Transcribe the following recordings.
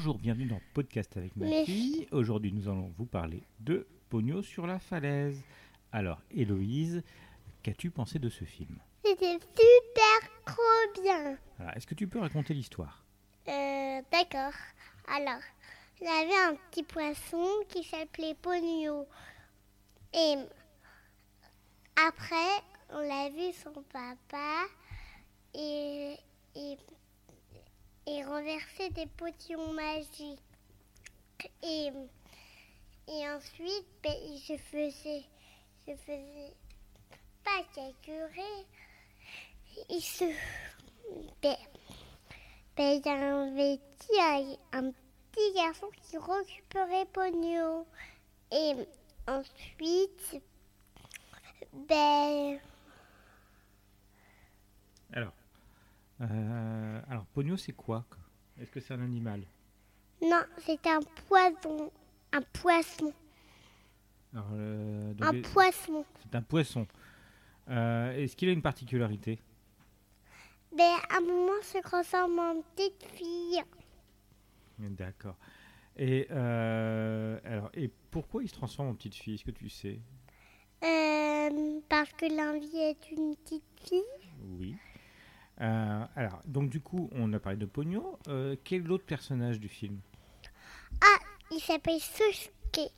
Bonjour, bienvenue dans Podcast avec ma Mais- fille. Aujourd'hui, nous allons vous parler de Pogno sur la falaise. Alors, Héloïse, qu'as-tu pensé de ce film C'était super trop bien. Alors, Est-ce que tu peux raconter l'histoire Euh, d'accord. Alors, il y avait un petit poisson qui s'appelait Ponyo. Et après, on l'a vu son papa et, et, et renverser des potions magiques. Et, et ensuite, ben, il se faisait, se faisait pas capturer. Il se... ben, ben, il y a un petit, un petit garçon qui récupérait Ponyo. Et ensuite, ben, Alors, euh, alors Pogno, c'est quoi Est-ce que c'est un animal non, c'était un poison. Un poisson. Alors, euh, donc, Un euh, poisson. C'est un poisson. Euh, Est-ce qu'il a une particularité Ben, à un moment, se transforme en petite fille. D'accord. Et, euh, alors, et pourquoi il se transforme en petite fille Est-ce que tu sais Euh, parce que l'envie est une petite fille. Oui. Euh, alors, donc du coup, on a parlé de Pogno. Euh, quel est l'autre personnage du film Il s'appelle Sosuke.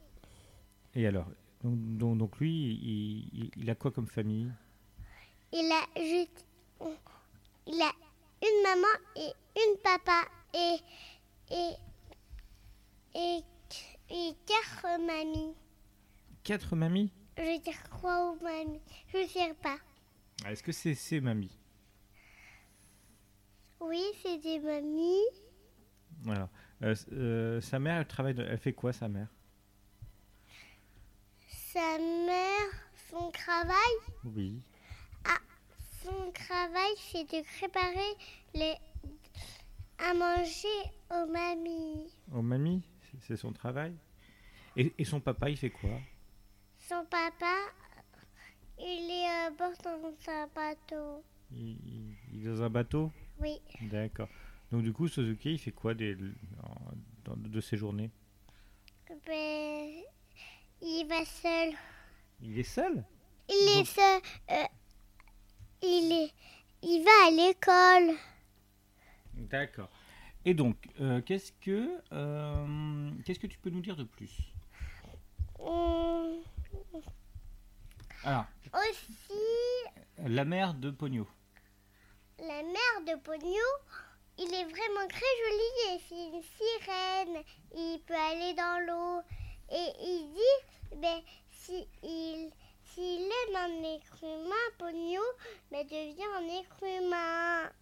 Et alors donc, donc- donc lui, il, il- il a quoi comme famille Il a juste. Il a une maman et une papa et. et. et. et quatre mamies. Quatre mamies Je veux dire trois ou mamies. Je sais pas. Ah, Est-ce que c'est ses mamies Oui, c'est des mamies. Voilà. Euh, s- euh, sa mère, elle travaille, dans- elle fait quoi sa mère Sa mère, son travail. Oui. Son travail, c'est de préparer les. à manger aux mamies. Oh, mamie, c'est- c'est son travail. Et, et son papa, il fait quoi Son papa, il est à bord dans un bateau. il, il- il est dans un bateau Oui. D'accord. Donc du coup, Suzuki, il fait quoi des, en- dans- de ses journées Ben, il va seul. Il est seul Il Donc- est seul. euh, il est. Il va à l'école. D'accord. Et donc, euh, qu'est-ce que euh, qu'est-ce que tu peux nous dire de plus Hum, Alors, Aussi, Ah, la mère de Pogno. la mère de Pogno, il est vraiment très joli et c'est une sirène. Il peut aller dans l'eau. Et il dit, ben, si il, s'il aime un être humain, Pogno, ben, devient un être humain.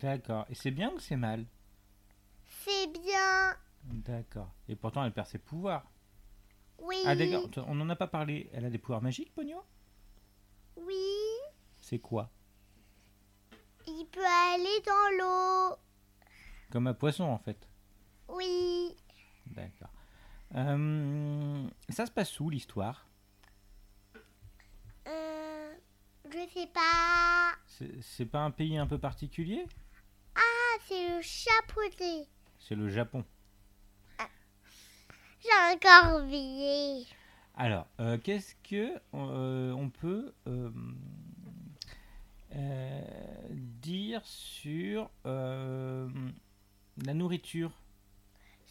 D'accord. Et c'est bien ou c'est mal C'est bien. D'accord. Et pourtant, elle perd ses pouvoirs. Oui. Ah d'accord. On n'en a pas parlé. Elle a des pouvoirs magiques, Pogno Oui. C'est quoi Il peut aller dans l'eau. Comme un poisson, en fait. Oui. D'accord. Euh, ça se passe où l'histoire Euh, je sais pas. C'est c'est pas un pays un peu particulier Ah, c'est le chapeauté. C'est le Japon. J'ai encore oublié. Alors, euh, qu'est-ce que euh, on peut euh, euh, dire sur euh, la nourriture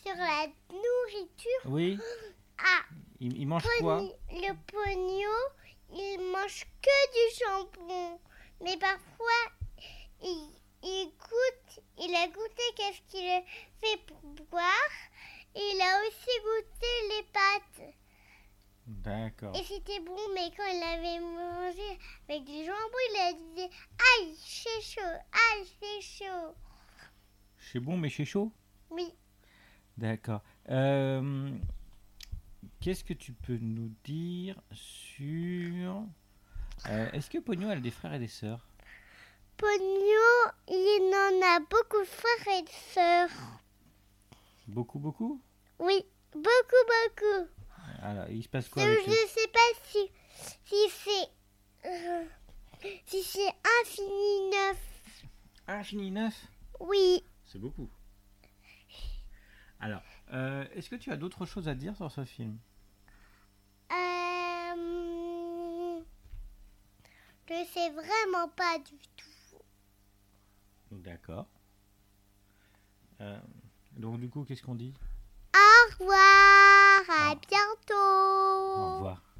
Sur la nourriture. Oui, Ah, il, il mange quoi poni- le pogno, il mange que du shampoing. Mais parfois, il, il goûte. Il a goûté qu'est-ce qu'il a fait pour boire. Il a aussi goûté les pâtes. D'accord. Et c'était bon, mais quand il avait mangé avec du jambon, il a dit Aïe, c'est chaud, aïe, c'est chaud. C'est bon, mais c'est chaud. Oui, D'accord. Euh, qu'est-ce que tu peux nous dire sur euh, Est-ce que Pogno a des frères et des sœurs Pogno, il en a beaucoup de frères et de sœurs. Beaucoup, beaucoup. Oui, beaucoup, beaucoup. Alors, il se passe quoi Je avec eux ne sais pas si, si c'est. euh, si c'est infini neuf. Infini Ah, neuf. Oui, C'est beaucoup. Alors, euh, est-ce que tu as d'autres choses à dire sur ce film Euh, je sais vraiment pas du tout. D'accord. Euh, donc du coup, qu'est-ce qu'on dit Au revoir, à Au- bientôt. Au revoir.